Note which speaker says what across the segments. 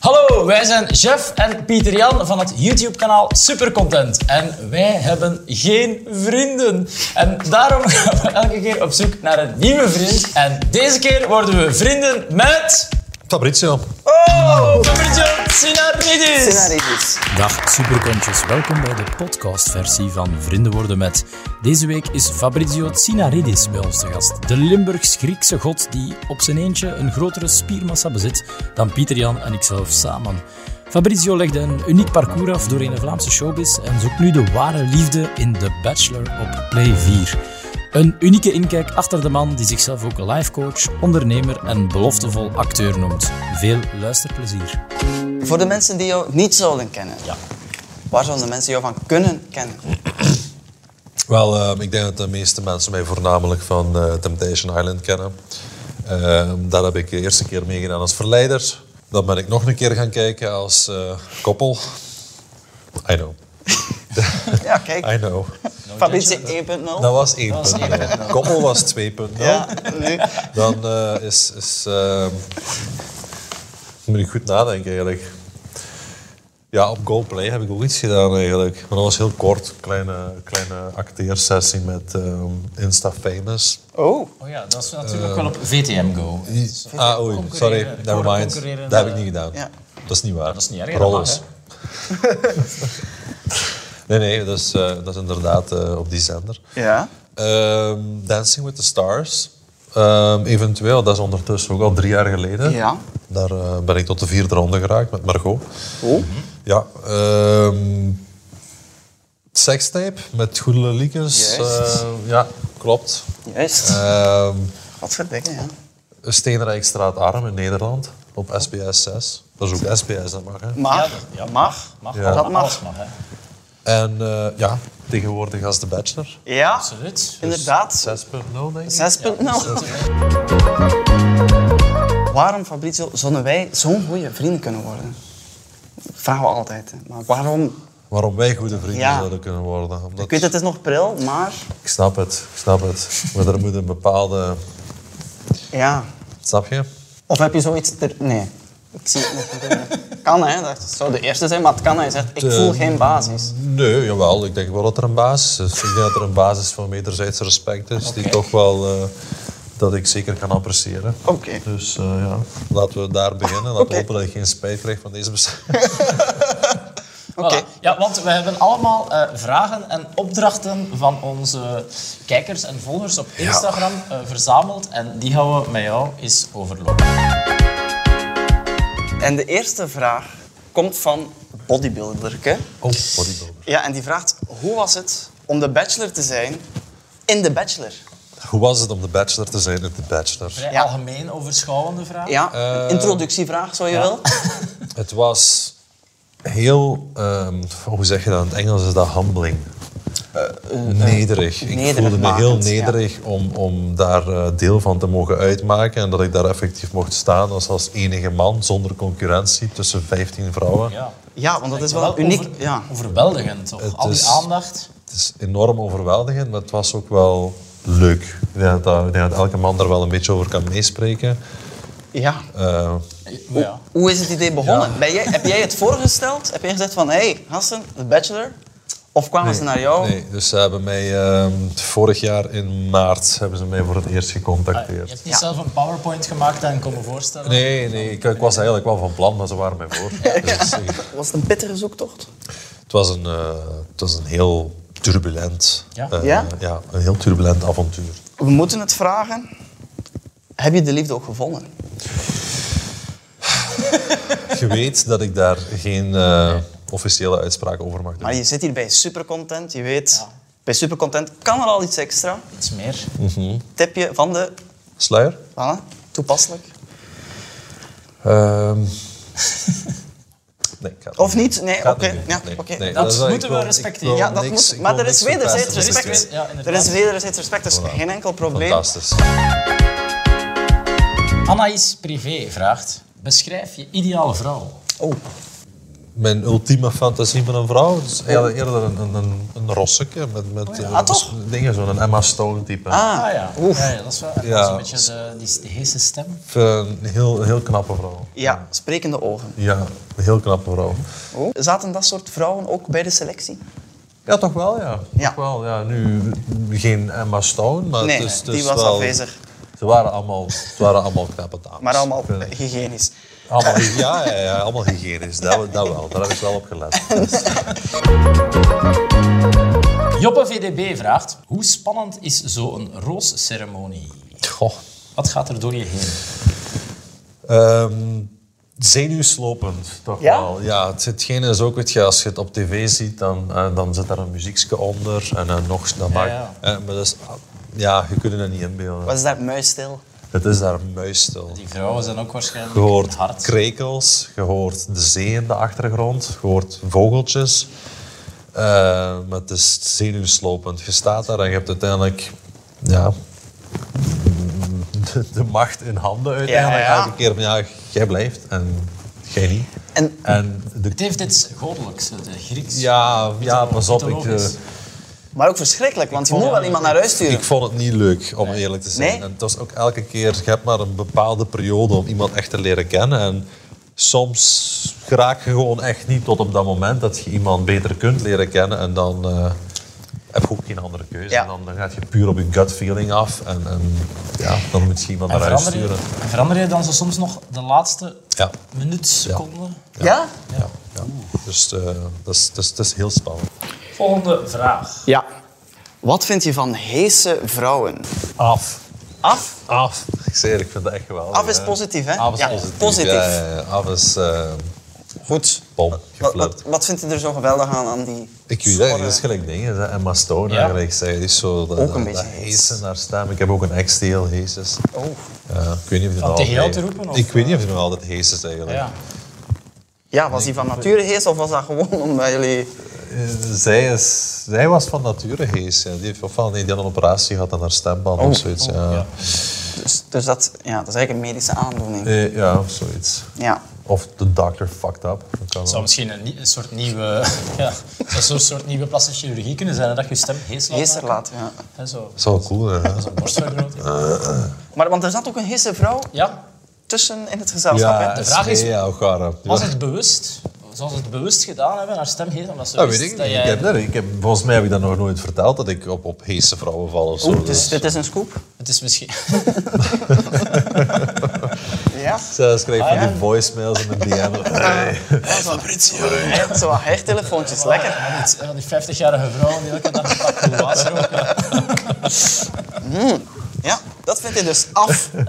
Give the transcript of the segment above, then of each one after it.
Speaker 1: Hallo, wij zijn Jeff en Pieter Jan van het YouTube-kanaal Supercontent. En wij hebben geen vrienden. En daarom gaan we elke keer op zoek naar een nieuwe vriend. En deze keer worden we vrienden met...
Speaker 2: Fabrizio.
Speaker 1: Oh, Fabrizio Sinaridis.
Speaker 3: Dag superkontjes, welkom bij de podcastversie van Vrienden worden met. Deze week is Fabrizio Tsinaridis bij ons te gast. De Limburgs-Griekse god die op zijn eentje een grotere spiermassa bezit dan Pieter Jan en ikzelf samen. Fabrizio legde een uniek parcours af door een Vlaamse showbiz en zoekt nu de ware liefde in The Bachelor op Play 4. Een unieke inkijk achter de man die zichzelf ook lifecoach, ondernemer en beloftevol acteur noemt. Veel luisterplezier.
Speaker 4: Voor de mensen die jou niet zouden kennen, waar zouden de mensen jou van kunnen kennen?
Speaker 2: Wel, ehm, ik denk dat de meeste mensen mij voornamelijk van eh, Temptation Island kennen. Ehm daar heb ik de eerste keer meegedaan als verleider. Dan ben ik nog een keer gaan kijken als eh, koppel. I know,
Speaker 4: Ja, kijk,
Speaker 2: I know.
Speaker 4: Fabrizio 1.0.
Speaker 2: Dat was één punt. Koppel was twee punten.
Speaker 4: Nou, Ja, nu.
Speaker 2: Dan eh, is... is ehm, moet ik goed nadenken eigenlijk. Ja, op Goalplay heb ik ook iets gedaan eigenlijk. Maar dat was heel kort. Kleine, kleine acteersessie met ehm Insta Famous.
Speaker 4: Oh,
Speaker 1: Oh ja, dat is natuurlijk ook wel op VTM Go.
Speaker 2: Ah, oei, sorry. Never mind.
Speaker 1: concurrerende-
Speaker 2: Dat heb ik niet gedaan.
Speaker 4: Ja.
Speaker 2: Dat is niet waar.
Speaker 1: dat is niet erg,
Speaker 2: Rollers.
Speaker 1: dat
Speaker 2: nee, nee, dat is, eh, dat is inderdaad eh, op die zender.
Speaker 4: ja.
Speaker 2: Ehm, Dancing with the Stars. Ehm, eventueel, dat is ondertussen ook al drie jaar geleden.
Speaker 4: Ja.
Speaker 2: Daar eh, ben ik tot de vierde ronde geraakt met Margot.
Speaker 4: Oh.
Speaker 2: Ja. ehm sextape met Goede Liekens.
Speaker 4: Juist.
Speaker 2: Eh, ja, klopt.
Speaker 4: Juist.
Speaker 2: Ehm
Speaker 4: Wat verdikken, Eh. ja.
Speaker 2: Steenrijkstraat Arm in Nederland op SBS 6. Dat is ook SBS, dat mag. Hè.
Speaker 4: Mag, mag,
Speaker 1: Mag,
Speaker 2: Ja.
Speaker 4: dat
Speaker 1: Alles
Speaker 4: mag.
Speaker 1: mag, hè.
Speaker 2: En eh, ja, tegenwoordig als de Bachelor. Dus
Speaker 4: Ja,
Speaker 1: Absoluut.
Speaker 4: inderdaad.
Speaker 2: 6.0 denk ik.
Speaker 4: 6.0. Waarom, Fabrizio, zouden wij zo'n goede vrienden kunnen worden? Dat vragen we altijd. hè. Maar waarom?
Speaker 2: Waarom wij goede vrienden
Speaker 4: Ja.
Speaker 2: zouden kunnen worden. Omdat
Speaker 4: Ik weet, het is nog pril, maar...
Speaker 2: Ik snap het, ik snap het. Maar er moet een bepaalde...
Speaker 4: Ja.
Speaker 2: Snap je?
Speaker 4: Of heb je zoiets... Ter... Nee. Ik zie het nog. kan, hè. Dat zou de eerste zijn, maar het kan. Hij zegt, ik voel
Speaker 2: Eh,
Speaker 4: geen basis.
Speaker 2: Nee, jawel. Ik denk wel dat er een basis is. Ik denk dat er een basis van wederzijds respect is. Die toch wel... eh, dat ik zeker kan appreciëren.
Speaker 4: Oké.
Speaker 2: Dus eh, ja, laten we daar beginnen. Laten we
Speaker 4: Oké.
Speaker 2: hopen dat ik geen spijt krijg van deze beslissing.
Speaker 4: Oké.
Speaker 1: Voilà. Ja, want we hebben allemaal eh, vragen en opdrachten van onze kijkers en volgers op Instagram eh, verzameld. En die gaan we met jou eens overlopen.
Speaker 4: En de eerste vraag komt van Bodybuilderke.
Speaker 2: Oh, bodybuilder.
Speaker 4: Ja, en die vraagt, hoe was het om de bachelor te zijn in de bachelor?
Speaker 2: Hoe was het om de bachelor te zijn in de bachelor?
Speaker 1: Vrij
Speaker 4: Ja.
Speaker 1: algemeen overschouwende vraag.
Speaker 4: Ja, een
Speaker 2: Eh,
Speaker 4: introductievraag, zo je wel.
Speaker 2: Het was heel, ehm, hoe zeg je dat in het Engels, is dat humbling. nederig. Ik voelde me heel
Speaker 4: nederigmakend, ja.
Speaker 2: nederig om, om daar eh, deel van te mogen uitmaken. En dat ik daar effectief mocht staan als, als enige man zonder concurrentie tussen 15 vrouwen.
Speaker 1: Ja.
Speaker 4: Ja, want dat is wel
Speaker 1: Wel
Speaker 4: uniek.
Speaker 1: over-
Speaker 4: Ja.
Speaker 1: Overweldigend, toch?
Speaker 2: Het
Speaker 1: Al die
Speaker 2: is-
Speaker 1: aandacht.
Speaker 2: Het is enorm overweldigend, maar het was ook wel leuk. Ik denk dat, dat- ik denk dat elke man daar wel een beetje over kan meespreken.
Speaker 4: Ja.
Speaker 2: Eh,
Speaker 1: Maar ja.
Speaker 4: Hoe is het idee begonnen?
Speaker 2: Ja.
Speaker 4: Ben jij, heb jij het voorgesteld? Heb jij gezegd van, hé, hey, gasten, de bachelor? Of kwamen ze naar jou?
Speaker 2: Nee, dus ze hebben mij ehm, vorig jaar in maart hebben ze mij voor het eerst
Speaker 1: Je
Speaker 2: gecontacteerd.
Speaker 1: hebt niet
Speaker 4: Ja.
Speaker 1: zelf een PowerPoint gemaakt en komen voorstellen.
Speaker 2: Nee, nee, ik, ik was eigenlijk wel van plan, maar ze waren mij voor. Dus, eh,
Speaker 4: Was het een pittige zoektocht?
Speaker 2: het, was een, eh, het was een heel turbulent,
Speaker 1: Ja?
Speaker 2: eh,
Speaker 4: Ja?
Speaker 2: ja, een heel turbulent avontuur.
Speaker 4: We moeten het vragen. Heb je de liefde ook gevonden?
Speaker 2: Je weet dat ik daar geen eh, officiële uitspraak over mag doen.
Speaker 4: Maar je zit hier bij supercontent, je weet... Bij supercontent kan er al iets extra.
Speaker 1: Iets meer.
Speaker 4: Tipje van de...
Speaker 2: Sluier?
Speaker 4: Voilà, toepasselijk.
Speaker 2: Ehm, nee, ik ga het
Speaker 4: Of
Speaker 2: niet
Speaker 4: niet? Nee, oké.
Speaker 2: Gaat niet doen.
Speaker 4: Ja,
Speaker 2: Nee,
Speaker 4: oké.
Speaker 2: nee,
Speaker 1: Dat
Speaker 2: is wat ik
Speaker 1: moeten we
Speaker 2: wil. Ik
Speaker 1: respecteren.
Speaker 2: wil
Speaker 4: Ja, dat
Speaker 2: niks-
Speaker 4: moet.
Speaker 2: ik
Speaker 4: Maar
Speaker 2: wil
Speaker 4: er is
Speaker 2: niks
Speaker 4: wederzijds
Speaker 2: verpesten.
Speaker 1: is
Speaker 4: respect.
Speaker 1: weer- ja, inderdaad.
Speaker 4: er is wederzijds respect, dus
Speaker 2: Voilà.
Speaker 4: geen enkel probleem.
Speaker 2: Fantastisch.
Speaker 1: Anaïs Privé vraagt: beschrijf je ideale vrouw.
Speaker 4: Oh.
Speaker 2: mijn ultieme fantasie van een vrouw. Het is eerder, eerder een, een, een, een rosseke met, met eh,
Speaker 4: Ah, toch?
Speaker 2: dingen, zo'n Emma Stone type.
Speaker 1: Ah ja.
Speaker 4: Oef.
Speaker 1: ja, ja, dat is wel dat is
Speaker 2: Ja.
Speaker 1: een beetje de, die, die heese stem.
Speaker 2: Ik vind eh, Een heel, heel knappe vrouw.
Speaker 4: Ja, sprekende ogen.
Speaker 2: Ja, een heel knappe vrouw.
Speaker 4: Zaten dat soort vrouwen ook bij de selectie?
Speaker 2: Ja, toch wel, ja.
Speaker 4: Ja.
Speaker 2: Toch wel, ja. Nu geen Emma Stone, maar
Speaker 4: Nee,
Speaker 2: het is, het
Speaker 4: die
Speaker 2: is
Speaker 4: was
Speaker 2: wel-
Speaker 4: afwezig.
Speaker 2: Ze waren allemaal, het waren allemaal knappe dames.
Speaker 4: Maar allemaal
Speaker 2: Ik vind-
Speaker 4: eh, hygiënisch.
Speaker 2: allemaal hy- ja, ja, ja, allemaal hygiënisch. Dat, dat wel, daar heb ik wel op gelet.
Speaker 1: Joppe VDB vraagt, hoe spannend is zo'n roosceremonie?
Speaker 2: Goh.
Speaker 1: Wat gaat er door je heen?
Speaker 2: Ehm, zenuwslopend, toch
Speaker 4: Ja?
Speaker 2: wel. Ja, het, hetgene is ook, weet je, als je het op tv ziet, dan, eh, dan zit daar een muziekje onder. En dan nog, dan maakt...
Speaker 1: ja.
Speaker 2: eh, maar dat is, ja, je kunt het niet inbeelden.
Speaker 4: Was daar muisstil?
Speaker 2: Het is daar muisstil.
Speaker 1: Die vrouwen zijn ook waarschijnlijk
Speaker 2: Je hoort
Speaker 1: hard.
Speaker 2: krekels, je hoort de zee in de achtergrond, je hoort vogeltjes. Eh, maar het is zenuwslopend. Je staat daar en je hebt uiteindelijk ja, de, de macht in handen uiteindelijk.
Speaker 4: ja.
Speaker 2: Elke keer van ja, jij blijft en jij niet.
Speaker 4: En-
Speaker 2: en de,
Speaker 1: Het heeft iets goddelijks, het Grieks.
Speaker 2: ja, ja, pas op. Ik, eh,
Speaker 1: mythologisch.
Speaker 4: Maar ook verschrikkelijk, want je moet wel iemand naar huis sturen.
Speaker 2: ik vond het niet leuk, om eerlijk te zijn.
Speaker 4: Nee?
Speaker 2: En het was ook elke keer, je hebt maar een bepaalde periode om iemand echt te leren kennen. En soms raak je gewoon echt niet tot op dat moment dat je iemand beter kunt leren kennen. En dan eh, heb je ook geen andere keuze.
Speaker 4: Ja.
Speaker 2: En dan, dan gaat je puur op je gut feeling af. En, en ja, dan moet je iemand
Speaker 1: En
Speaker 2: naar huis
Speaker 1: verander
Speaker 2: sturen.
Speaker 1: je, en verander je dan zo soms nog de laatste
Speaker 2: Ja.
Speaker 1: minuut, seconde?
Speaker 4: Ja?
Speaker 2: Ja, ja. Dus eh, dat, is, dat, is, dat is heel spannend.
Speaker 1: Volgende vraag.
Speaker 4: Ja. Wat vind je van heese vrouwen?
Speaker 2: Af.
Speaker 4: Af?
Speaker 2: Af. Ik zeg eerlijk, ik vind dat echt geweldig.
Speaker 4: Af is
Speaker 2: hè.
Speaker 4: positief, hè?
Speaker 2: Af is
Speaker 4: Ja,
Speaker 2: positief.
Speaker 4: positief.
Speaker 2: Ja, ja, ja. Af is... eh,
Speaker 4: Goed.
Speaker 2: Bom,
Speaker 4: Wat,
Speaker 2: geflirt.
Speaker 4: wat, wat vind je er zo geweldig aan, aan die...
Speaker 2: Ik weet dat, niet, dat is
Speaker 4: schorre-
Speaker 2: gelijk dingen. hè. Emma Stone
Speaker 1: Ja.
Speaker 2: eigenlijk, zij is zo dat,
Speaker 4: Ook een
Speaker 2: dat, dat
Speaker 4: beetje hees.
Speaker 2: hees in haar stem. Ik heb ook een ex die heel hees is.
Speaker 4: Oh.
Speaker 2: Ja, ik weet niet of die nog
Speaker 1: tegen jou
Speaker 2: altijd-
Speaker 1: te roepen, of, eh,
Speaker 2: Ik weet niet of die nog altijd hees is eigenlijk.
Speaker 1: Ja.
Speaker 4: Ja, was die van nature hees of was dat gewoon omdat jullie...
Speaker 2: Eh, Zij, is, zij was van nature hees. Ja. Die, heeft, of wel, nee, die had een operatie gehad aan haar stemband
Speaker 4: Oh,
Speaker 2: of zoiets. ja.
Speaker 4: Dus, dus dat, ja, dat is eigenlijk een medische aandoening.
Speaker 2: Eh, ja, of zoiets.
Speaker 4: Ja.
Speaker 2: Of the doctor fucked up. Dat kan
Speaker 1: Het zou
Speaker 2: wel.
Speaker 1: misschien een, nie- een soort nieuwe, ja, het zou zo'n soort nieuwe plastische chirurgie kunnen zijn, hè, dat je je stem hees laat
Speaker 4: Heester
Speaker 1: maken.
Speaker 4: laten, ja.
Speaker 1: Hè, zo,
Speaker 2: Dat is wel cool, hè?
Speaker 1: zo'n borstvergroting.
Speaker 4: Maar want er zat ook een heese vrouw
Speaker 1: Ja, zeker.
Speaker 4: tussen in het gezelschap, hè?
Speaker 1: de vraag is-
Speaker 2: Ja, ook gaar.
Speaker 1: was het bewust? Zou ze het bewust gedaan hebben, haar stem hees? Omdat ze
Speaker 2: Dat
Speaker 1: wist
Speaker 2: weet ik niet.
Speaker 1: dat
Speaker 2: Ik
Speaker 1: jij-
Speaker 2: heb, dat- ik heb, volgens mij heb ik dat nog nooit verteld, dat ik op, op heese vrouwen val of zo.
Speaker 4: Oeh, dus
Speaker 2: Dus-
Speaker 4: dit is een scoop.
Speaker 1: Het is misschien...
Speaker 4: Ah, Ja.
Speaker 2: Zelfs krijg ik van die voicemails en een DM. Hey.
Speaker 4: Echt Zo wat hertelefoontjes, lekker.
Speaker 1: Van die- Van die 50-jarige vrouw die elke dag een pak gelaas roken.
Speaker 4: Ja, dat vindt hij dus af.
Speaker 1: Oh,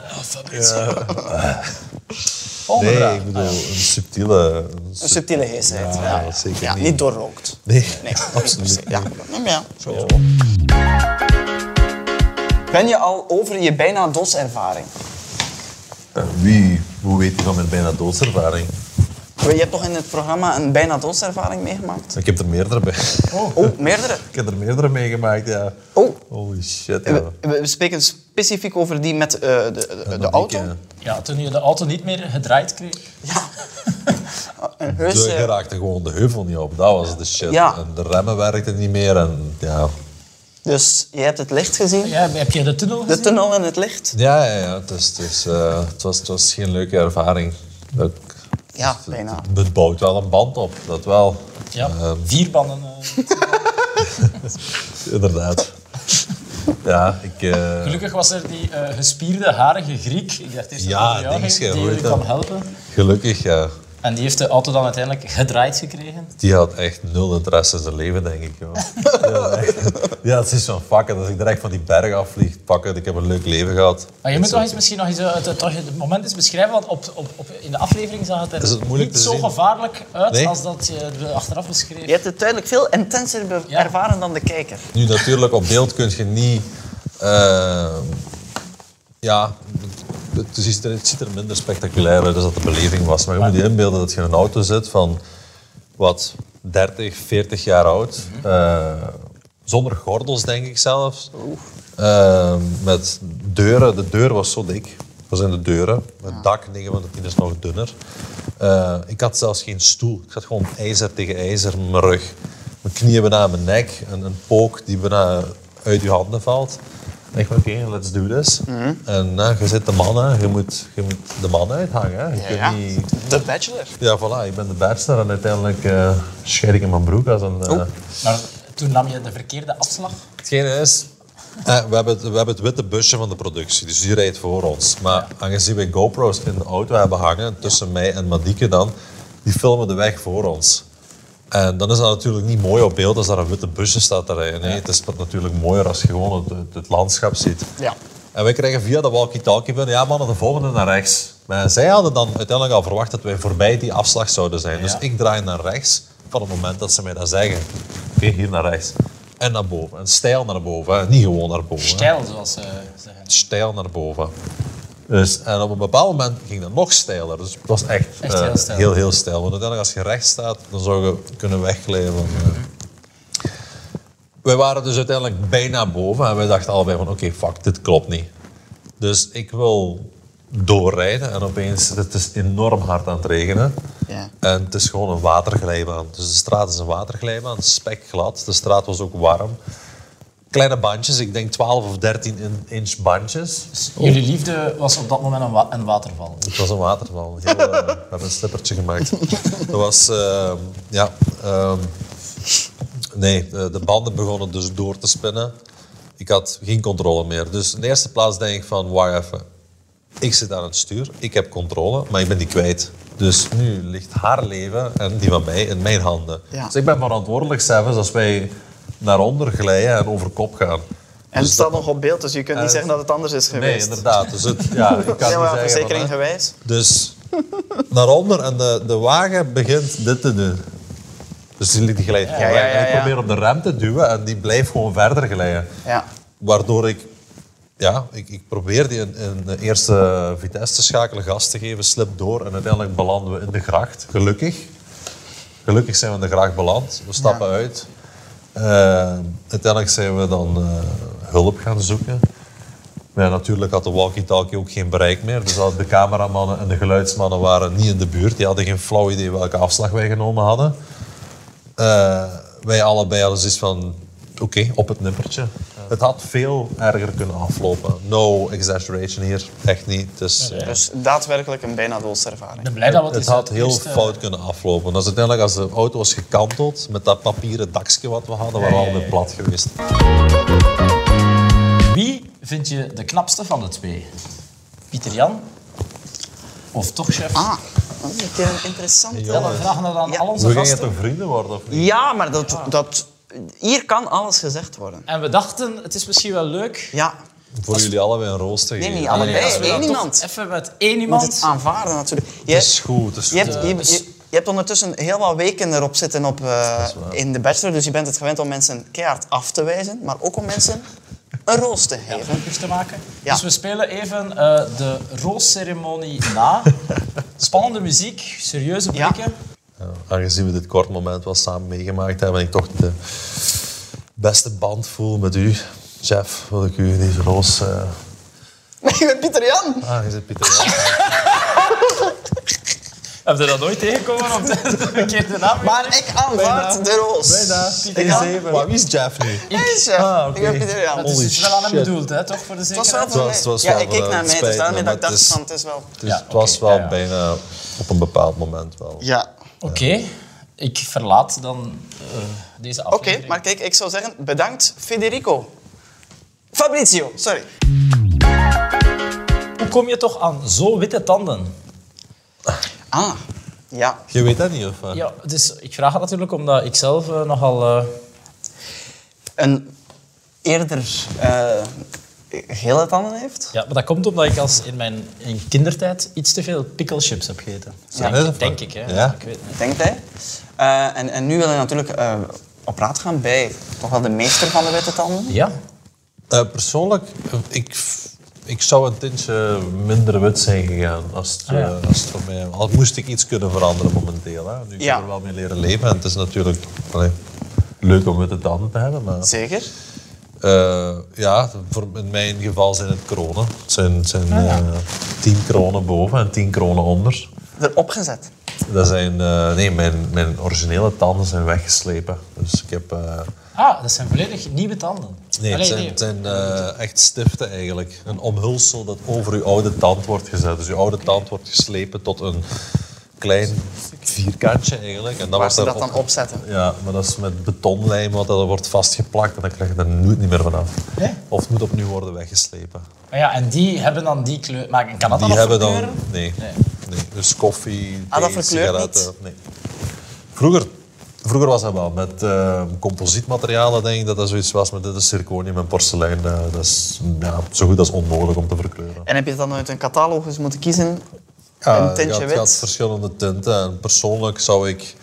Speaker 1: Volgende
Speaker 2: Nee,
Speaker 1: vraag.
Speaker 2: ik
Speaker 4: Ah,
Speaker 2: bedoel, een subtiele... Een
Speaker 4: Een subtiele heesheid.
Speaker 2: Ja,
Speaker 4: Ja,
Speaker 2: dat zeker
Speaker 4: ja,
Speaker 2: niet.
Speaker 4: niet doorrookt.
Speaker 2: Nee,
Speaker 4: Nee,
Speaker 2: absoluut
Speaker 4: Ja,
Speaker 2: niet.
Speaker 4: maar ja. Ben je al over je bijna doodservaring?
Speaker 2: Eh, Wie, hoe weet je van mijn bijna doodservaring?
Speaker 4: Je hebt toch in het programma een bijna doodservaring meegemaakt?
Speaker 2: Ik heb er meerdere bij. Eh.
Speaker 4: Oh, meerdere.
Speaker 2: Ik heb er meerdere meegemaakt, ja.
Speaker 4: Oh,
Speaker 2: Holy shit, ja.
Speaker 4: we, we spreken specifiek over die met eh, de, de, de
Speaker 2: Eh. Dat
Speaker 4: auto.
Speaker 2: ik, eh,
Speaker 1: Ja, toen je de auto niet meer gedraaid kreeg.
Speaker 4: Ja. Een
Speaker 2: de-
Speaker 4: heus,
Speaker 2: je
Speaker 4: eh,
Speaker 2: raakte gewoon de heuvel niet op, dat was de shit.
Speaker 4: Ja.
Speaker 2: En de remmen werkten niet meer en ja...
Speaker 4: dus je hebt het licht gezien,
Speaker 1: Ja, heb je de tunnel
Speaker 4: de
Speaker 1: gezien?
Speaker 4: tunnel en het licht.
Speaker 2: Ja, ja, ja. Het, is, het, is, eh, het, was, het was geen leuke ervaring. Dat,
Speaker 4: Ja,
Speaker 2: het-
Speaker 4: bijna.
Speaker 2: Het, bouwt wel een band op, dat wel.
Speaker 1: Ja,
Speaker 2: Ehm.
Speaker 1: vier banden. eh.
Speaker 2: Inderdaad. ja, ik... eh,
Speaker 1: Gelukkig was er die eh, gespierde, harige Griek. Ik dacht eerst
Speaker 2: Ja,
Speaker 1: dat het over jou
Speaker 2: dingetje,
Speaker 1: ging,
Speaker 2: hoe
Speaker 1: die jullie
Speaker 2: heet dat?
Speaker 1: kwam helpen.
Speaker 2: gelukkig, ja.
Speaker 1: En die heeft de auto dan uiteindelijk gedraaid gekregen.
Speaker 2: Die had echt nul interesse in zijn leven, denk ik. Joh. Ja, echt. ja, het is zo'n fuck. Als ik direct van die berg afvlieg, fuck it, ik heb een leuk leven gehad.
Speaker 1: Maar je
Speaker 2: Dat
Speaker 1: moet
Speaker 2: is
Speaker 1: toch
Speaker 2: ook-
Speaker 1: eens, misschien nog eens eh, het, toch het moment eens beschrijven, want op, op, op, in de aflevering zag het er
Speaker 2: Is het moeilijk
Speaker 1: niet
Speaker 2: te
Speaker 1: zo
Speaker 2: zien?
Speaker 1: gevaarlijk uit
Speaker 2: Nee?
Speaker 1: als dat je er achteraf beschreef.
Speaker 4: Je hebt het duidelijk veel intenser be-
Speaker 1: Ja.
Speaker 4: ervaren dan de kijker.
Speaker 2: Nu natuurlijk, op beeld kun je niet... eh, ja, het, het is- het ziet er minder spectaculair uit als dat de beleving was. Maar je moet je inbeelden dat je in een auto zit van wat 30, 40 jaar oud.
Speaker 4: Mhm.
Speaker 2: eh, zonder gordels, denk ik zelfs. Eh, met deuren. De deur was zo dik. Dat zijn de deuren. Het
Speaker 4: Ah.
Speaker 2: dak liggen, want het is nog dunner. Eh, ik had zelfs geen stoel. Ik zat gewoon ijzer tegen ijzer, mijn rug. Mijn knieën bijna mijn nek. Een, een pook die bijna uit je handen valt. En ik dacht, oké, let's do this.
Speaker 4: Mhm.
Speaker 2: En nou, je zit de man, hè. Je, moet, je moet de man uithangen. Hè. Je kunt
Speaker 4: ja.
Speaker 2: niet...
Speaker 4: The Bachelor.
Speaker 2: Ja, voilà, ik ben de bachelor en uiteindelijk eh scheer ik in mijn broek als een... eh,
Speaker 1: Maar toen nam je de verkeerde afslag.
Speaker 2: Hetgene is, eh, we, hebben het, we hebben het witte busje van de productie, dus die rijdt voor ons. Maar aangezien we GoPro's in de auto hebben hangen, tussen mij en Madieke dan, die filmen de weg voor ons. En dan is dat natuurlijk niet mooi op beeld als daar een witte busje staat te rijden. Nee, het is wat natuurlijk mooier als je gewoon het, het, het landschap ziet.
Speaker 4: Ja.
Speaker 2: En wij kregen via de walkie-talkie van, ja mannen, de volgende naar rechts. Maar zij hadden dan uiteindelijk al verwacht dat wij voorbij die afslag zouden zijn. Dus ik draai naar rechts van het moment dat ze mij dat zeggen. Oké, hier naar rechts. En naar boven. En stijl naar boven, hè. niet gewoon naar boven. hè.
Speaker 1: Stijl, zoals ze zeggen.
Speaker 2: Stijl naar boven. Dus, en op een bepaald moment ging dat nog steiler. Dus het was echt,
Speaker 1: Echt
Speaker 2: eh,
Speaker 1: heel steil.
Speaker 2: heel, heel steil. Want uiteindelijk, als je rechts staat, dan zou je kunnen wegglijden. van,
Speaker 1: Mhm.
Speaker 2: eh. Wij waren dus uiteindelijk bijna boven en wij dachten allebei van oké, fuck, dit klopt niet. Dus ik wil doorrijden en opeens, het is enorm hard aan het regenen.
Speaker 4: Ja.
Speaker 2: En het is gewoon een waterglijbaan. Dus de straat is een waterglijbaan, spekglad. De straat was ook warm. Kleine bandjes, ik denk 12 of 13 in- inch bandjes.
Speaker 1: Dus Jullie liefde was op dat moment een, wa- een waterval.
Speaker 2: Het was een waterval. Heel, eh, we hebben een slippertje gemaakt. Dat was, eh, ja. ehm, nee, de, de banden begonnen dus door te spinnen. Ik had geen controle meer. Dus in de eerste plaats denk ik van, wacht even. Ik zit aan het stuur, ik heb controle, maar ik ben die kwijt. Dus nu ligt haar leven en die van mij in mijn handen.
Speaker 4: Ja.
Speaker 2: Dus ik ben verantwoordelijk zelfs als wij naar onder glijden en over kop gaan.
Speaker 4: En het staat nog op beeld, dus je kunt niet
Speaker 2: Eh,
Speaker 4: zeggen dat het anders is
Speaker 2: Nee,
Speaker 4: geweest.
Speaker 2: inderdaad. Dus het, ja, ik kan niet
Speaker 4: Ja,
Speaker 2: zeggen
Speaker 4: maar
Speaker 2: van,
Speaker 4: verzekering
Speaker 2: hè.
Speaker 4: gewijs.
Speaker 2: Dus naar onder en de, de wagen begint dit te doen. Dus die, die glijdt gewoon
Speaker 4: ja,
Speaker 2: weg. En
Speaker 4: ja,
Speaker 2: ik
Speaker 4: ja.
Speaker 2: probeer op de rem te duwen en die blijft gewoon verder glijden.
Speaker 4: Ja.
Speaker 2: Waardoor ik, ja, ik, ik probeer die in, in de eerste vitesse te schakelen, gas te geven, slip door en uiteindelijk belanden we in de gracht, gelukkig. Gelukkig zijn we in de gracht beland. We stappen uit. Eh, uiteindelijk zijn we dan eh, hulp gaan zoeken. Maar ja, natuurlijk had de walkie-talkie ook geen bereik meer. Dus al de cameramannen en de geluidsmannen waren niet in de buurt. Die hadden geen flauw idee welke afslag wij genomen hadden. Eh, wij allebei hadden zoiets van, oké, op het nippertje. Het had veel erger kunnen aflopen. No exaggeration hier, echt niet. Het is, eh,
Speaker 4: Dus daadwerkelijk een bijna doelservaring.
Speaker 1: Ik ben blij dat we eh,
Speaker 2: het
Speaker 1: is
Speaker 2: had heel
Speaker 1: eerste-
Speaker 2: fout kunnen aflopen. Dat is uiteindelijk als de auto was gekanteld met dat papieren dakje wat we hadden, waren we allemaal plat geweest.
Speaker 1: Wie vind je de knapste van de twee? Pieter Jan? Of toch, chef?
Speaker 4: Ah, dat is een keer een interessante.
Speaker 1: Stel een vraag naar aan
Speaker 4: Ja.
Speaker 1: al onze
Speaker 2: We gingen
Speaker 1: gasten.
Speaker 2: toch vrienden worden of niet?
Speaker 4: Ja, maar dat, dat, hier kan alles gezegd worden.
Speaker 1: En we dachten, het is misschien wel leuk.
Speaker 4: Ja,
Speaker 2: Voor jullie allebei een rooster
Speaker 4: Ah, nee, niet
Speaker 1: Allee,
Speaker 4: allebei.
Speaker 1: als we dat
Speaker 4: Eén
Speaker 1: toch
Speaker 4: iemand.
Speaker 1: Even met één
Speaker 4: Je moet het
Speaker 1: iemand.
Speaker 4: aanvaarden natuurlijk. Je,
Speaker 2: Het is goed. Het is
Speaker 4: je, hebt,
Speaker 2: goed.
Speaker 4: je,
Speaker 1: dus-
Speaker 4: je- je hebt ondertussen heel wat weken erop zitten op, eh, in de bachelor, dus je bent het gewend om mensen keihard af te wijzen, maar ook om mensen een roos te geven.
Speaker 1: filmpjes te maken.
Speaker 4: Ja.
Speaker 1: Dus we spelen even eh, de roosceremonie na. Spannende muziek, serieuze
Speaker 4: Ja.
Speaker 1: blikken.
Speaker 2: Ja, Eh, aangezien we dit kort moment wel samen meegemaakt hebben, en ik toch de beste band voel met u. Jeff, wil ik u deze roos... eh,
Speaker 4: Maar je bent Pieter Jan!
Speaker 2: Ah, je zit Pieter. ja.
Speaker 1: Heb je dat nooit tegengekomen op de verkeerde naam?
Speaker 4: Maar ik aanvaard de roos.
Speaker 2: Ik zeven. Wow, wie is Jeff nu?
Speaker 4: Hey, chef.
Speaker 2: Ah, oké.
Speaker 4: Ik ben Pieter Jan.
Speaker 1: dat
Speaker 4: Het
Speaker 1: is
Speaker 2: Holy
Speaker 1: dus wel aan hem
Speaker 2: shit.
Speaker 1: bedoeld, hè? toch? Voor de
Speaker 4: was wel
Speaker 1: zekerheid.
Speaker 4: voor mij.
Speaker 2: Het was- het was
Speaker 4: ja,
Speaker 2: wel
Speaker 4: ik keek
Speaker 2: voor-
Speaker 4: naar
Speaker 2: het
Speaker 4: mij, dus
Speaker 2: spijt me,
Speaker 4: daarmee dat ik
Speaker 2: maar het
Speaker 4: dacht
Speaker 2: is-
Speaker 4: van, het is wel...
Speaker 2: Dus
Speaker 1: Ja,
Speaker 2: het was
Speaker 1: oké,
Speaker 2: wel
Speaker 1: ja, ja.
Speaker 2: bijna op een bepaald moment wel.
Speaker 4: Ja.
Speaker 1: Oké, ik verlaat dan eh, deze
Speaker 4: Oké,
Speaker 1: aflevering.
Speaker 4: maar kijk, ik zou zeggen bedankt Federico. Fabrizio, sorry.
Speaker 1: Hoe kom je toch aan zo witte tanden?
Speaker 4: Ah, ja.
Speaker 2: Je weet dat niet, of wat?
Speaker 1: Ja, dus ik vraag het natuurlijk omdat ik zelf eh, nogal... eh,
Speaker 4: Een eerder eh gele tanden heeft.
Speaker 1: ja, maar dat komt omdat ik als in mijn in kindertijd iets te veel pikkelchips heb gegeten.
Speaker 2: Ja, dat is
Speaker 1: denk,
Speaker 2: een
Speaker 1: denk
Speaker 2: feit.
Speaker 1: ik, hè.
Speaker 2: Ja.
Speaker 1: Ik weet het niet.
Speaker 4: denkt hij. Eh, en, en nu wil hij natuurlijk eh, op raad gaan bij toch wel de meester van de witte tanden.
Speaker 1: Ja,
Speaker 2: Eh, persoonlijk, eh, ik, ik zou een tintje minder wit zijn gegaan als het,
Speaker 1: ja.
Speaker 2: eh, als het voor mij... Al moest ik iets kunnen veranderen momenteel. Hè. Nu kan ik
Speaker 4: Ja.
Speaker 2: er wel mee leren leven. En het is natuurlijk allee, leuk om witte tanden te hebben, maar...
Speaker 4: Zeker.
Speaker 2: Eh, ja, voor, in mijn geval zijn het kronen. Het zijn, het zijn eh, tien kronen boven en tien kronen onder.
Speaker 4: Erop gezet.
Speaker 2: Dat zijn, eh, nee, mijn, mijn originele tanden zijn weggeslepen. Dus ik heb... eh,
Speaker 1: Ah, dat zijn volledig nieuwe tanden.
Speaker 2: nee, het
Speaker 1: Allee,
Speaker 2: zijn, het zijn eh, echt stiften eigenlijk. Een omhulsel dat over uw oude tand wordt gezet. Dus uw oude tand wordt geslepen tot een klein vierkantje eigenlijk. En dan
Speaker 4: Waar ze
Speaker 2: wordt
Speaker 4: dat
Speaker 2: daar
Speaker 4: dan
Speaker 2: op-
Speaker 4: opzetten.
Speaker 2: Ja, maar dat is met betonlijm, want dat wordt vastgeplakt en dan krijg je er nooit niet meer vanaf.
Speaker 1: Nee?
Speaker 2: Of het moet opnieuw worden weggeslepen.
Speaker 1: Maar ja, en die hebben dan die kleur. Maar kan dat
Speaker 2: Die
Speaker 1: dan
Speaker 2: hebben
Speaker 1: nog
Speaker 2: dan.
Speaker 1: verkleuren?
Speaker 2: Nee.
Speaker 1: Nee.
Speaker 2: nee. Dus koffie,
Speaker 4: Ah, dat
Speaker 2: thee,
Speaker 4: verkleurt
Speaker 2: sigaretten. Nee. Vroeger, vroeger was dat wel. Met eh, composietmaterialen denk ik dat dat zoiets was. Maar dit is zirconium en porselein. eh, dat is ja, zo goed als onmogelijk om te verkleuren.
Speaker 4: En heb je dan uit een catalogus moeten kiezen? een
Speaker 2: je
Speaker 4: tintje
Speaker 2: had,
Speaker 4: wit?
Speaker 2: je had verschillende tinten. En persoonlijk zou ik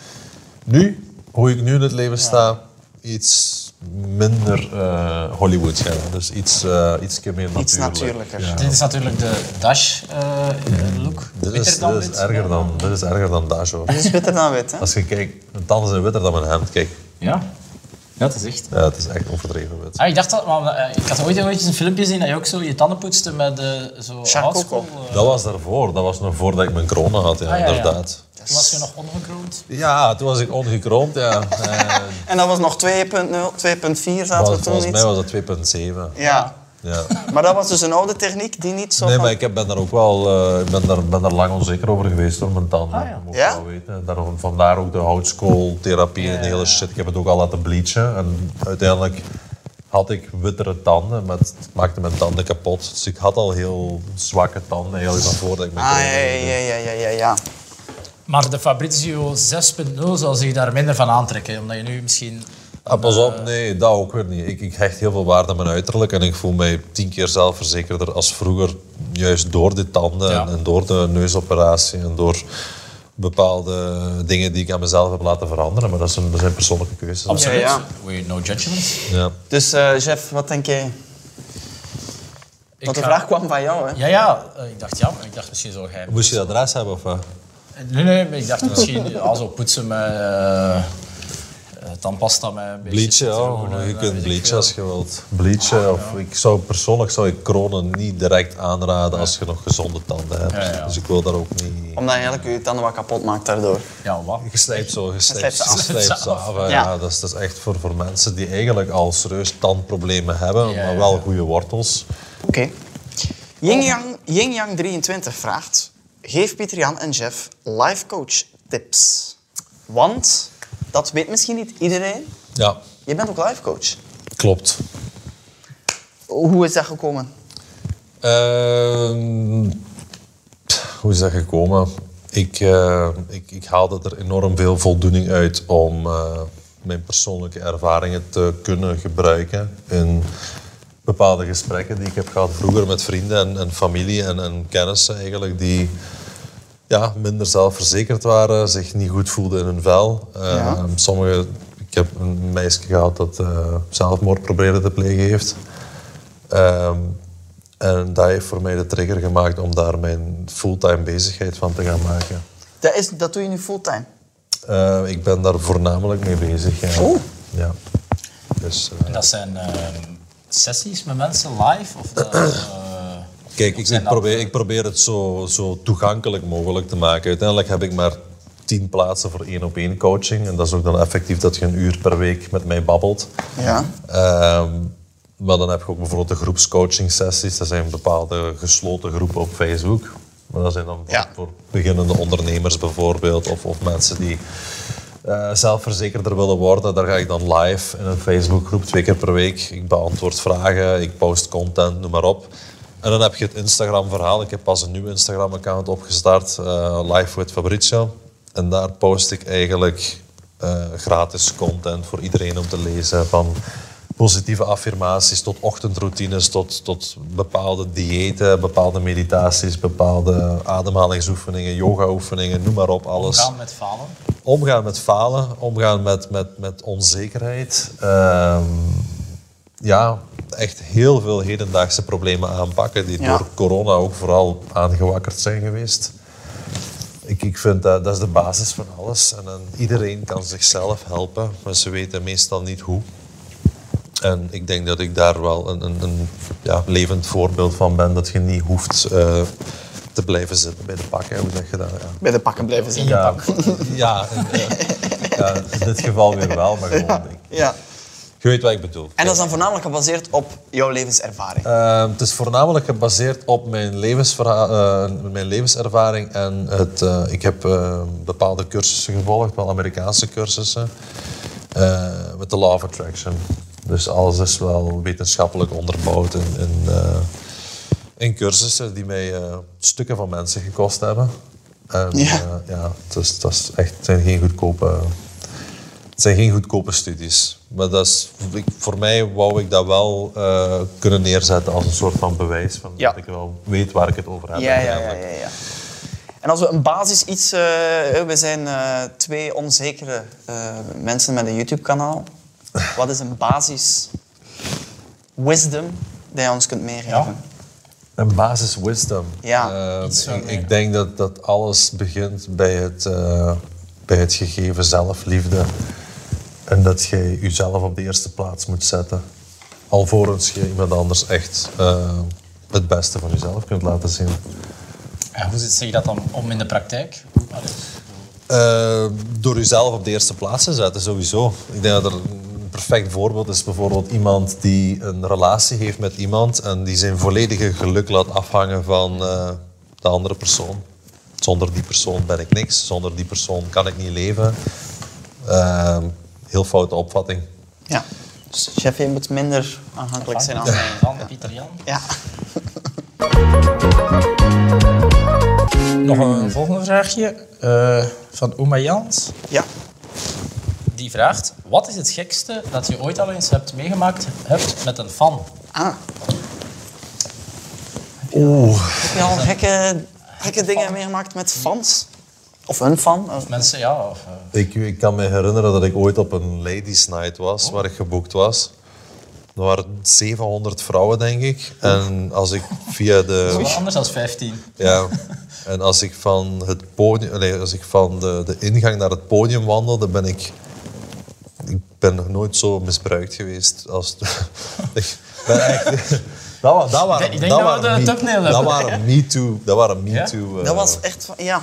Speaker 2: nu, hoe ik nu in het leven sta, iets minder eh, Hollywood gaan. Dus iets, eh iets meer natuurlijk.
Speaker 4: Iets natuurlijker.
Speaker 2: Ja.
Speaker 1: Dit is natuurlijk de eh, Dash-look.
Speaker 2: Dit is, dit is erger dan, dit is erger dan dat, hoor.
Speaker 4: Het is witter dan wit, hè?
Speaker 2: Als je kijkt, mijn tanden zijn witter dan mijn hand. Kijk,
Speaker 1: Ja. Ja, dat is echt.
Speaker 2: ja, het is echt overdreven wit.
Speaker 1: Ah, ik dacht dat, maar eh, ik had ooit, ooit eens een filmpje gezien dat je ook zo je tanden poetste met eh zo
Speaker 4: Charcoal.
Speaker 1: oudschool. eh,
Speaker 2: Dat was daarvoor. Dat was nog voordat ik mijn kronen had, ja,
Speaker 1: Ah, ja, ja.
Speaker 2: inderdaad.
Speaker 1: Toen was je nog ongekroond.
Speaker 2: Ja, toen was ik ongekroond, ja. Eh,
Speaker 4: En dat was nog 2.0, 2.4 zaten
Speaker 2: vol-
Speaker 4: we toen
Speaker 2: volgens mij
Speaker 4: niet.
Speaker 2: was dat 2,7.
Speaker 4: Ja.
Speaker 2: Ja.
Speaker 4: Maar dat was dus een oude techniek die niet zo
Speaker 2: Nee,
Speaker 4: van...
Speaker 2: maar ik heb- ben daar ook wel eh, ik ben daar, ben daar lang onzeker over geweest, door mijn tanden.
Speaker 1: Ah, ja.
Speaker 2: Dat moet
Speaker 4: Ja?
Speaker 2: je wel weten. Daarom, vandaar ook de houtskooltherapie en de hele shit. Ik heb het ook al laten bleachen. En uiteindelijk had ik wittere tanden, maar het maakte mijn tanden kapot. Dus ik had al heel zwakke tanden eigenlijk van voordat ik mijn
Speaker 4: Ah, ja,
Speaker 2: tanden-
Speaker 4: ja, ja, ja, ja, ja.
Speaker 1: Maar de Fabrizio 6.0 zal zich daar minder van aantrekken, omdat je nu misschien...
Speaker 2: Ah, pas op, nee, dat ook weer niet. Ik, ik hecht heel veel waarde aan mijn uiterlijk en ik voel mij tien keer zelfverzekerder als vroeger. Juist door de tanden
Speaker 1: Ja.
Speaker 2: en, en door de neusoperatie en door bepaalde dingen die ik aan mezelf heb laten veranderen. Maar dat zijn, dat zijn persoonlijke keuzes. hè.
Speaker 4: Absoluut. Ja,
Speaker 1: We- No judgment.
Speaker 2: Ja.
Speaker 4: Dus eh Jeff, wat denk jij? Want de
Speaker 1: ga-
Speaker 4: vraag kwam van jou, hè?
Speaker 1: Ja, ja. eh, Ik dacht, ja, maar ik dacht misschien zo gij...
Speaker 2: Moest je dat adres hebben of wat?
Speaker 1: Nee, nee, maar ik dacht misschien al zo poetsen met... eh, eh, tandpasta met een beetje
Speaker 2: Bleachen,
Speaker 1: citroen
Speaker 2: ja.
Speaker 1: en,
Speaker 2: Je
Speaker 1: eh,
Speaker 2: kunt
Speaker 1: weet ik
Speaker 2: bleachen
Speaker 1: veel. Ah,
Speaker 2: als je wilt. Bleachen, of ik zou persoonlijk zou ik kronen niet direct aanraden als je nog gezonde tanden hebt.
Speaker 1: Ja, ja.
Speaker 2: Dus ik wil daar ook niet...
Speaker 4: Omdat je eigenlijk je tanden wat kapot maakt daardoor.
Speaker 1: Ja, wat?
Speaker 2: Je slijpt zo, je
Speaker 4: slijpt
Speaker 2: slijpt,
Speaker 4: ze af.
Speaker 2: je slijpt ze af. hè. Ja.
Speaker 4: Ja.
Speaker 2: dat, is, dat is echt voor, voor mensen die eigenlijk al serieus tandproblemen hebben,
Speaker 1: Ja,
Speaker 2: maar
Speaker 1: ja,
Speaker 2: wel
Speaker 1: ja.
Speaker 2: goede wortels.
Speaker 4: Oké. Ying Yang Ying Yang 23 vraagt... Geef Pieter Jan en Jeff life coach tips. Want, dat weet misschien niet iedereen,
Speaker 2: Ja,
Speaker 4: je bent ook life coach.
Speaker 2: klopt.
Speaker 4: Hoe is dat gekomen?
Speaker 2: Ehm, pff, hoe is dat gekomen? Ik, eh, ik, ik haalde er enorm veel voldoening uit om eh, mijn persoonlijke ervaringen te kunnen gebruiken in bepaalde gesprekken die ik heb gehad vroeger met vrienden en, en familie en, en kennissen eigenlijk die ja, minder zelfverzekerd waren, zich niet goed voelden in hun vel. Eh,
Speaker 4: Ja.
Speaker 2: Sommige, ik heb een meisje gehad dat eh, zelfmoord probeerde te plegen heeft. Ehm, en dat heeft voor mij de trigger gemaakt om daar mijn fulltime bezigheid van te gaan maken.
Speaker 4: Dat, is, dat doe je nu fulltime.
Speaker 2: Eh, ik ben daar voornamelijk mee bezig. Ja.
Speaker 4: Oeh.
Speaker 2: Ja. Dus, eh,
Speaker 1: En dat zijn eh, sessies met mensen live? Of dat, eh,
Speaker 2: Kijk,
Speaker 1: of
Speaker 2: ik,
Speaker 1: zijn
Speaker 2: ik,
Speaker 1: dat-
Speaker 2: probeer, ik probeer het zo, zo toegankelijk mogelijk te maken. Uiteindelijk heb ik maar tien plaatsen voor één-op-één coaching. En dat is ook dan effectief dat je een uur per week met mij babbelt.
Speaker 4: Ja.
Speaker 2: Ehm, maar dan heb je ook bijvoorbeeld de groepscoaching sessies. Dat zijn bepaalde gesloten groepen op Facebook. Maar dat zijn dan voor-
Speaker 4: Ja.
Speaker 2: voor beginnende ondernemers bijvoorbeeld. Of, of mensen die eh, zelfverzekerder willen worden. Daar ga ik dan live in een Facebookgroep twee keer per week. Ik beantwoord vragen, ik post content, noem maar op. En dan heb je het Instagram verhaal. Ik heb pas een nieuw Instagram account opgestart. eh, live with Fabrizio. En daar post ik eigenlijk eh, gratis content voor iedereen om te lezen. Van positieve affirmaties tot ochtendroutines, tot, tot bepaalde diëten, bepaalde meditaties, bepaalde ademhalingsoefeningen, yoga-oefeningen, noem maar op, alles.
Speaker 1: Gaan met falen.
Speaker 2: Omgaan met falen, omgaan met, met, met onzekerheid. Ehm, ja, echt heel veel hedendaagse problemen aanpakken die
Speaker 4: Ja.
Speaker 2: door corona ook vooral aangewakkerd zijn geweest. Ik, ik vind dat, dat is de basis van alles. En dan iedereen kan zichzelf helpen, maar ze weten meestal niet hoe. En ik denk dat ik daar wel een, een, een ja, levend voorbeeld van ben dat je niet hoeft eh, te blijven zitten bij de pakken. Hoe zeg je dat? Ja.
Speaker 4: Bij de pakken blijven zitten.
Speaker 2: Ja, ja, en, eh, ja, in dit geval weer wel, maar gewoon. ik-
Speaker 4: Ja.
Speaker 2: Je weet wat ik bedoel.
Speaker 4: En dat is dan voornamelijk gebaseerd op jouw levenservaring.
Speaker 2: Ehm, het is voornamelijk gebaseerd op mijn, levensverha- eh, mijn levenservaring. En het, eh, ik heb eh, bepaalde cursussen gevolgd, wel Amerikaanse cursussen, eh, met de Law of Attraction. Dus alles is wel wetenschappelijk onderbouwd in, in, eh, in cursussen die mij eh, stukken van mensen gekost hebben. En,
Speaker 4: Ja.
Speaker 2: eh, ja, het, is, dat is echt, het zijn geen goedkope het zijn geen goedkope studies. Maar dat is, ik- voor mij wou ik dat wel eh, kunnen neerzetten als een soort van bewijs. Van
Speaker 4: Ja.
Speaker 2: Dat ik wel weet waar ik het over heb.
Speaker 4: Ja, ja, ja,
Speaker 2: eigenlijk.
Speaker 4: ja, ja. En als we een basis iets... eh, we zijn eh, twee onzekere eh, mensen met een YouTube-kanaal. Wat is een basis wisdom dat je ons kunt meegeven?
Speaker 2: Een basis wisdom.
Speaker 4: Ja,
Speaker 2: Ehm,
Speaker 1: iets van
Speaker 2: ik,
Speaker 1: leren.
Speaker 2: ik denk dat, dat alles begint bij het, eh, bij het gegeven zelfliefde. En dat je jezelf op de eerste plaats moet zetten. Alvorens je iemand anders echt eh, het beste van jezelf kunt laten zien.
Speaker 1: En hoe zit zich dat dan om in de praktijk? Hoe- allee.
Speaker 2: Eh, door jezelf op de eerste plaats te zetten, sowieso. Ik denk dat er een perfect voorbeeld is bijvoorbeeld iemand die een relatie heeft met iemand en die zijn volledige geluk laat afhangen van eh, de andere persoon. Zonder die persoon ben ik niks, zonder die persoon kan ik niet leven. Eh, heel foute opvatting.
Speaker 4: Ja. Dus chef, je moet minder aanhankelijk zijn aan mij.
Speaker 1: Van Pieter Jan.
Speaker 4: Ja.
Speaker 1: Nog een volgende vraagje eh, van Oma Jans.
Speaker 4: Ja.
Speaker 1: Die vraagt, wat is het gekste dat je ooit al eens hebt meegemaakt hebt met een fan?
Speaker 4: Ah.
Speaker 2: Oeh.
Speaker 4: Heb je al gekke, gekke dingen meegemaakt met fans? Of een fan? Of-
Speaker 1: Mensen, ja. Of, eh,
Speaker 2: Ik, ik kan me herinneren dat ik ooit op een ladies night was, waar ik geboekt was. Er waren 700 vrouwen, denk ik. En als ik via de...
Speaker 1: dat is wel anders dan 15.
Speaker 2: Ja. En als ik van, het podium, nee, als ik van de, de ingang naar het podium wandelde, ben ik... Ik ben nog nooit zo misbruikt geweest als... ik ben echt... Dat, wa- dat waren,
Speaker 1: Ik denk dat we
Speaker 2: waren
Speaker 1: de
Speaker 2: Me-
Speaker 1: thumbnail
Speaker 2: Dat
Speaker 1: hebben.
Speaker 2: waren Me Too... Dat waren Me
Speaker 1: Ja?
Speaker 2: Too... eh,
Speaker 4: Dat was echt van... Ja.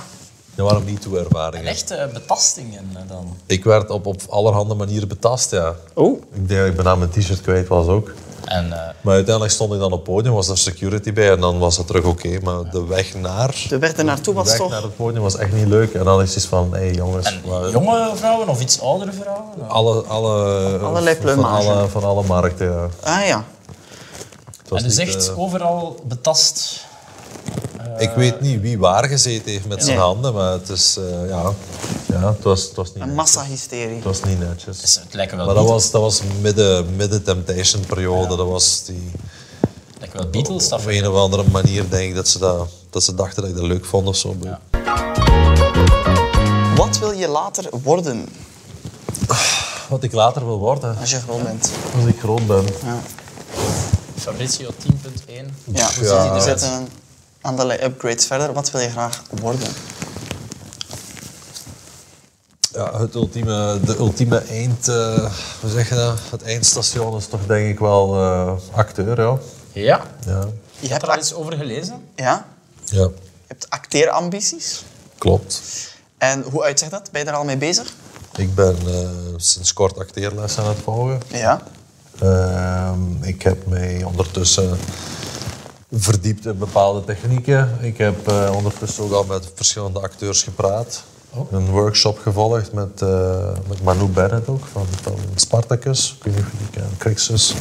Speaker 2: dat waren Me Too ervaringen.
Speaker 1: Echte betastingen eh, dan.
Speaker 2: Ik werd op, op allerhande manieren betast, ja.
Speaker 4: Oh.
Speaker 2: Ik denk dat ik bijna mijn t-shirt kwijt was ook.
Speaker 1: En eh,
Speaker 2: Maar uiteindelijk stond ik dan op het podium, was er security bij en dan was dat terug oké. maar de weg naar...
Speaker 4: De weg ernaartoe
Speaker 2: De
Speaker 4: was
Speaker 2: weg
Speaker 4: toch...
Speaker 2: naar het podium was echt niet leuk. En dan is het iets van, hé jongens, waar-
Speaker 1: jonge vrouwen of iets oudere vrouwen? Ja.
Speaker 2: alle, alle,
Speaker 4: Allerlei
Speaker 2: van,
Speaker 4: pleumage.
Speaker 2: alle, van alle markten. Ja.
Speaker 4: Ah ja.
Speaker 2: Het was
Speaker 1: en dus
Speaker 2: niet,
Speaker 1: echt
Speaker 2: eh,
Speaker 1: overal betast.
Speaker 2: ik weet niet wie waar gezeten heeft met zijn
Speaker 4: Nee.
Speaker 2: handen, maar het is, eh, ja, ja, het was, het was niet
Speaker 4: Een
Speaker 2: netjes.
Speaker 4: massahysterie.
Speaker 2: Het was niet netjes.
Speaker 1: Dus het lijken wel,
Speaker 2: Maar dat
Speaker 1: Beatles,
Speaker 2: was, dat was midden, midden temptation periode. Dat was die,
Speaker 1: het lijken wel Beatles.
Speaker 2: op
Speaker 1: Dat
Speaker 2: een of andere manier denk ik dat ze, dat, dat ze dachten dat ik dat leuk vond of zo.
Speaker 4: Wat wil je later worden
Speaker 2: Wat ik later wil worden,
Speaker 4: als je groot bent?
Speaker 2: als ik groot ben.
Speaker 1: Fabrizio 10.1.
Speaker 4: Ja, we
Speaker 2: Ja.
Speaker 4: zitten- we zitten een aantal upgrades verder. Wat wil je graag worden?
Speaker 2: Ja, het ultieme, de ultieme eind, eh, hoe zeg je dat? Het eindstation is toch denk ik wel eh, acteur, ja.
Speaker 1: Ja.
Speaker 2: ja.
Speaker 4: Je
Speaker 1: Heb
Speaker 4: hebt,
Speaker 1: je daar
Speaker 4: ac-
Speaker 1: iets over gelezen?
Speaker 4: ja?
Speaker 2: Ja,
Speaker 4: je hebt acteerambities.
Speaker 2: klopt.
Speaker 4: En hoe uitzicht dat? Ben je daar al mee bezig?
Speaker 2: Ik ben eh, sinds kort acteerles aan het volgen.
Speaker 4: Ja.
Speaker 2: Ehm, ik heb mij ondertussen verdiept in bepaalde technieken. Ik heb eh, ondertussen ook al met verschillende acteurs gepraat. Een workshop gevolgd met, eh, met Manu Bennett ook, van, van Spartacus. Ik weet niet of je die kent, Crixus.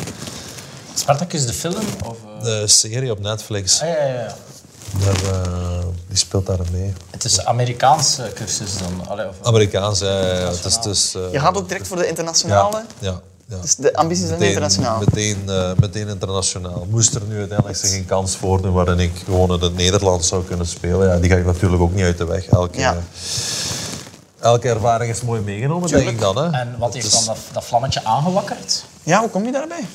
Speaker 1: Spartacus de film? Of, eh,
Speaker 2: De serie op Netflix.
Speaker 1: Ah, ja, ja, ja.
Speaker 2: Daar, eh, die speelt daar mee.
Speaker 1: Het is een Amerikaanse cursus dan. Allee, of,
Speaker 2: Amerikaans, hè. ja, Het is, het is, eh,
Speaker 4: Je gaat ook direct voor de internationale.
Speaker 2: Ja, ja, ja.
Speaker 4: Dus de ambities zijn internationaal.
Speaker 2: Meteen, eh, meteen internationaal. Moest er nu uiteindelijk zich een kans voordoen waarin ik gewoon in het Nederlands zou kunnen spelen, ja, die ga ik natuurlijk ook niet uit de weg. Elke,
Speaker 4: Ja.
Speaker 2: elke ervaring is mooi meegenomen, denk ik dan. Hè.
Speaker 1: en wat heeft
Speaker 2: Ah. Het
Speaker 1: dan
Speaker 2: is-
Speaker 1: dat, dat vlammetje aangewakkerd?
Speaker 4: Ja, hoe kom je daarbij?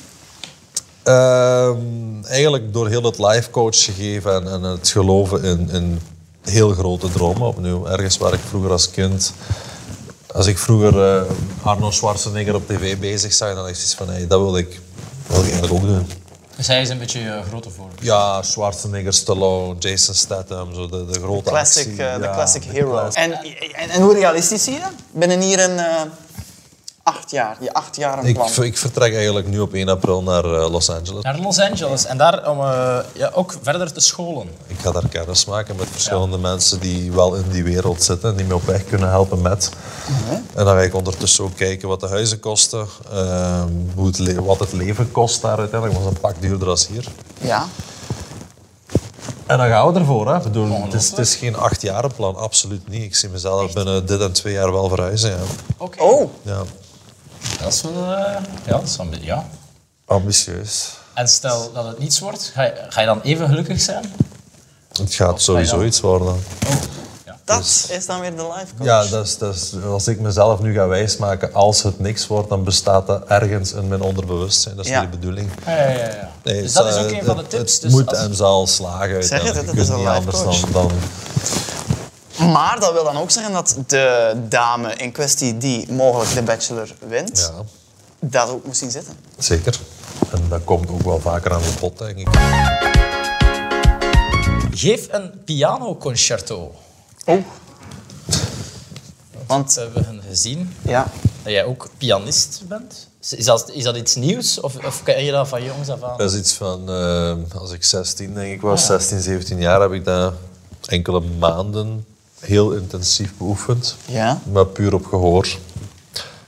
Speaker 2: Ehm, eigenlijk door heel het life coach gegeven en, en het geloven in, in heel grote dromen opnieuw. Ergens waar ik vroeger als kind, als ik vroeger eh Arno Schwarzenegger op tv bezig zag, dan dacht ik zoiets van, hey, dat wil ik Dat wil ik eigenlijk ook doen.
Speaker 1: Zij is een beetje eh, grote voor.
Speaker 2: Ja, Schwarzenegger, Stallone, Jason Statham, zo de, de grote
Speaker 4: Classic,
Speaker 2: actie.
Speaker 4: eh, de
Speaker 2: Ja,
Speaker 4: classic
Speaker 2: de
Speaker 4: hero.
Speaker 2: classic-
Speaker 4: En, en, en hoe realistisch zie je dat? Binnen hier een eh, acht jaar, die acht jaar een
Speaker 2: Ik,
Speaker 4: plan.
Speaker 2: ver- ik vertrek eigenlijk nu op 1 april naar eh, Los Angeles.
Speaker 1: Naar Los Angeles en daar om eh, ja, ook verder te scholen.
Speaker 2: Ik ga daar kennis maken met verschillende mensen die wel in die wereld zitten en die me op weg kunnen helpen met. En dan ga ik ondertussen ook kijken wat de huizen kosten, ehm, hoe het le- wat het leven kost daar uiteindelijk, want dat is een pak duurder als hier.
Speaker 4: Ja.
Speaker 2: En dan gaan we ervoor. Hè? Ik Bedoel, het, is, het is geen achtjarenplan, absoluut niet. Ik zie mezelf binnen dit en twee jaar wel verhuizen. Ja.
Speaker 1: Oké.
Speaker 4: Oh,
Speaker 2: Ja.
Speaker 1: Dat is wel... eh, ja, dat is wel een beetje- ja.
Speaker 2: Ambitieus.
Speaker 1: En stel dat het niets wordt, ga je, ga je dan even gelukkig zijn?
Speaker 2: Het gaat sowieso iets worden.
Speaker 1: Oh, ja.
Speaker 4: dat is dan weer de life coach.
Speaker 2: Dus- Ja, dat is, dat is, als ik mezelf nu ga wijsmaken, als het niks wordt, dan bestaat dat ergens in mijn onderbewustzijn. Dat is
Speaker 4: Ja.
Speaker 2: niet de bedoeling.
Speaker 1: Ja, Ah, ja, ja, ja.
Speaker 2: Nee,
Speaker 1: dus
Speaker 2: het,
Speaker 1: dat is ook
Speaker 2: eh,
Speaker 1: een van de
Speaker 2: het-
Speaker 1: tips.
Speaker 2: Het
Speaker 1: Dus
Speaker 2: moet
Speaker 1: als-
Speaker 2: en zal
Speaker 4: zeg
Speaker 2: slagen
Speaker 4: het,
Speaker 2: uiteindelijk.
Speaker 4: het
Speaker 2: Je
Speaker 4: is
Speaker 2: kunt
Speaker 4: een
Speaker 2: niet
Speaker 4: life
Speaker 2: anders
Speaker 4: coach.
Speaker 2: dan, dan...
Speaker 4: Maar dat wil dan ook zeggen dat de dame in kwestie die mogelijk de bachelor wint,
Speaker 2: Ja,
Speaker 4: dat ook moest zien zitten.
Speaker 2: zeker. En dat komt ook wel vaker aan het bod, denk ik.
Speaker 1: Geef een pianoconcerto.
Speaker 4: Oh. Want,
Speaker 1: We hebben gezien
Speaker 4: ja.
Speaker 1: dat jij ook pianist bent. Is dat, is dat iets nieuws of, of ken je dat van jongs af aan?
Speaker 2: Dat is iets van, eh, als ik 16 denk ik was, 16, 17 jaar, heb ik dat enkele maanden heel intensief beoefend.
Speaker 4: Ja.
Speaker 2: Maar puur op gehoor.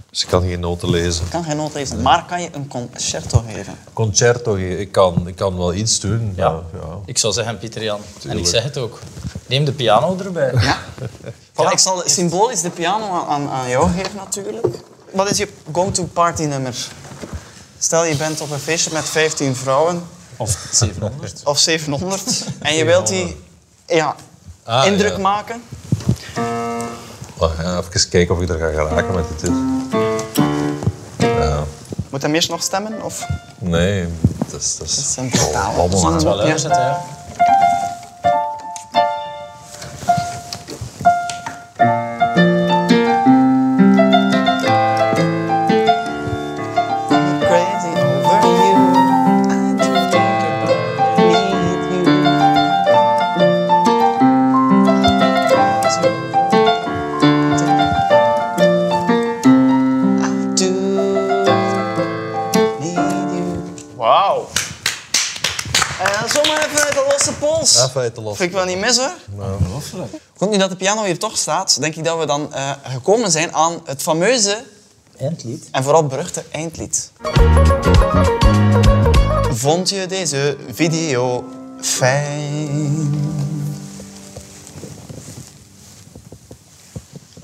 Speaker 2: Dus ik kan geen noten lezen.
Speaker 4: Ik kan geen noot lezen, maar kan je een concerto geven?
Speaker 2: Concerto, ge- ik kan, ik kan wel iets doen.
Speaker 1: Ja.
Speaker 2: maar ja.
Speaker 1: Ik zou zeggen, Pieter Jan. En ik
Speaker 2: Tuurlijk.
Speaker 1: zeg het ook. Neem de piano erbij.
Speaker 4: Ja. ik zal symbolisch de piano aan, aan, aan jou geven natuurlijk. Wat is je go-to party nummer? Stel je bent op een feestje met 15 vrouwen
Speaker 1: Of 700.
Speaker 4: of 700 en je wilt die ja,
Speaker 2: Ah,
Speaker 4: indruk
Speaker 2: ja.
Speaker 4: maken.
Speaker 2: Wacht, ja, Even kijken of ik er ga geraken met dit. Ja.
Speaker 4: Moet hem eerst nog stemmen? Of?
Speaker 2: Nee, dat is... Dat is,
Speaker 4: is een totaal
Speaker 2: Allemaal
Speaker 4: zonde.
Speaker 2: aan.
Speaker 1: Wel
Speaker 4: Ja.
Speaker 1: uitzetten, ja.
Speaker 4: Crazy over you. I do think about you. Need you. I do need you. Wauw. Eh, zomaar even uit de losse pols.
Speaker 2: Even uit de losse Nou.
Speaker 4: Vind ik wel niet mis hoor. Goed, nu dat de piano hier toch staat, denk ik dat we dan eh, gekomen zijn aan het fameuze
Speaker 1: Eindlied.
Speaker 4: en vooral beruchte eindlied. Vond je deze video fijn?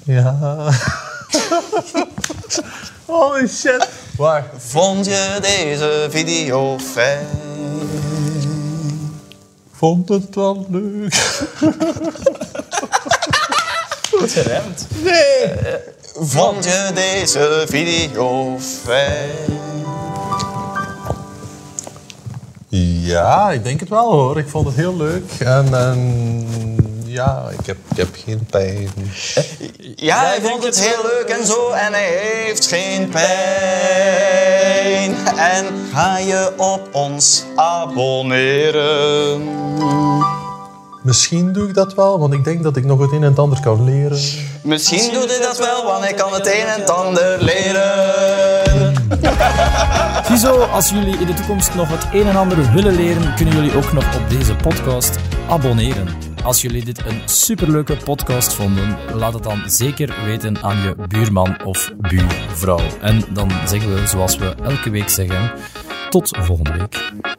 Speaker 2: Ja. Holy shit. Waar?
Speaker 4: Vond je deze video fijn?
Speaker 2: Vond het wel leuk.
Speaker 1: Goed geruimd.
Speaker 4: Vond je deze video fijn?
Speaker 2: Ja, ik denk het wel hoor. Ik vond het heel leuk. En, en ja, ik heb, ik heb geen pijn.
Speaker 4: Ja, hij vond het heel leuk en zo en hij heeft geen pijn. En ga je op ons abonneren?
Speaker 2: Misschien doe ik dat wel, want ik denk dat ik nog het een en het ander kan leren.
Speaker 4: Misschien doet hij dat wel, want ik kan het een en het ander leren.
Speaker 3: Ziezo, als jullie in de toekomst nog het een en ander willen leren, kunnen jullie ook nog op deze podcast abonneren. Als jullie dit een superleuke podcast vonden, laat het dan zeker weten aan je buurman of buurvrouw. En dan zeggen we, zoals we elke week zeggen, tot volgende week.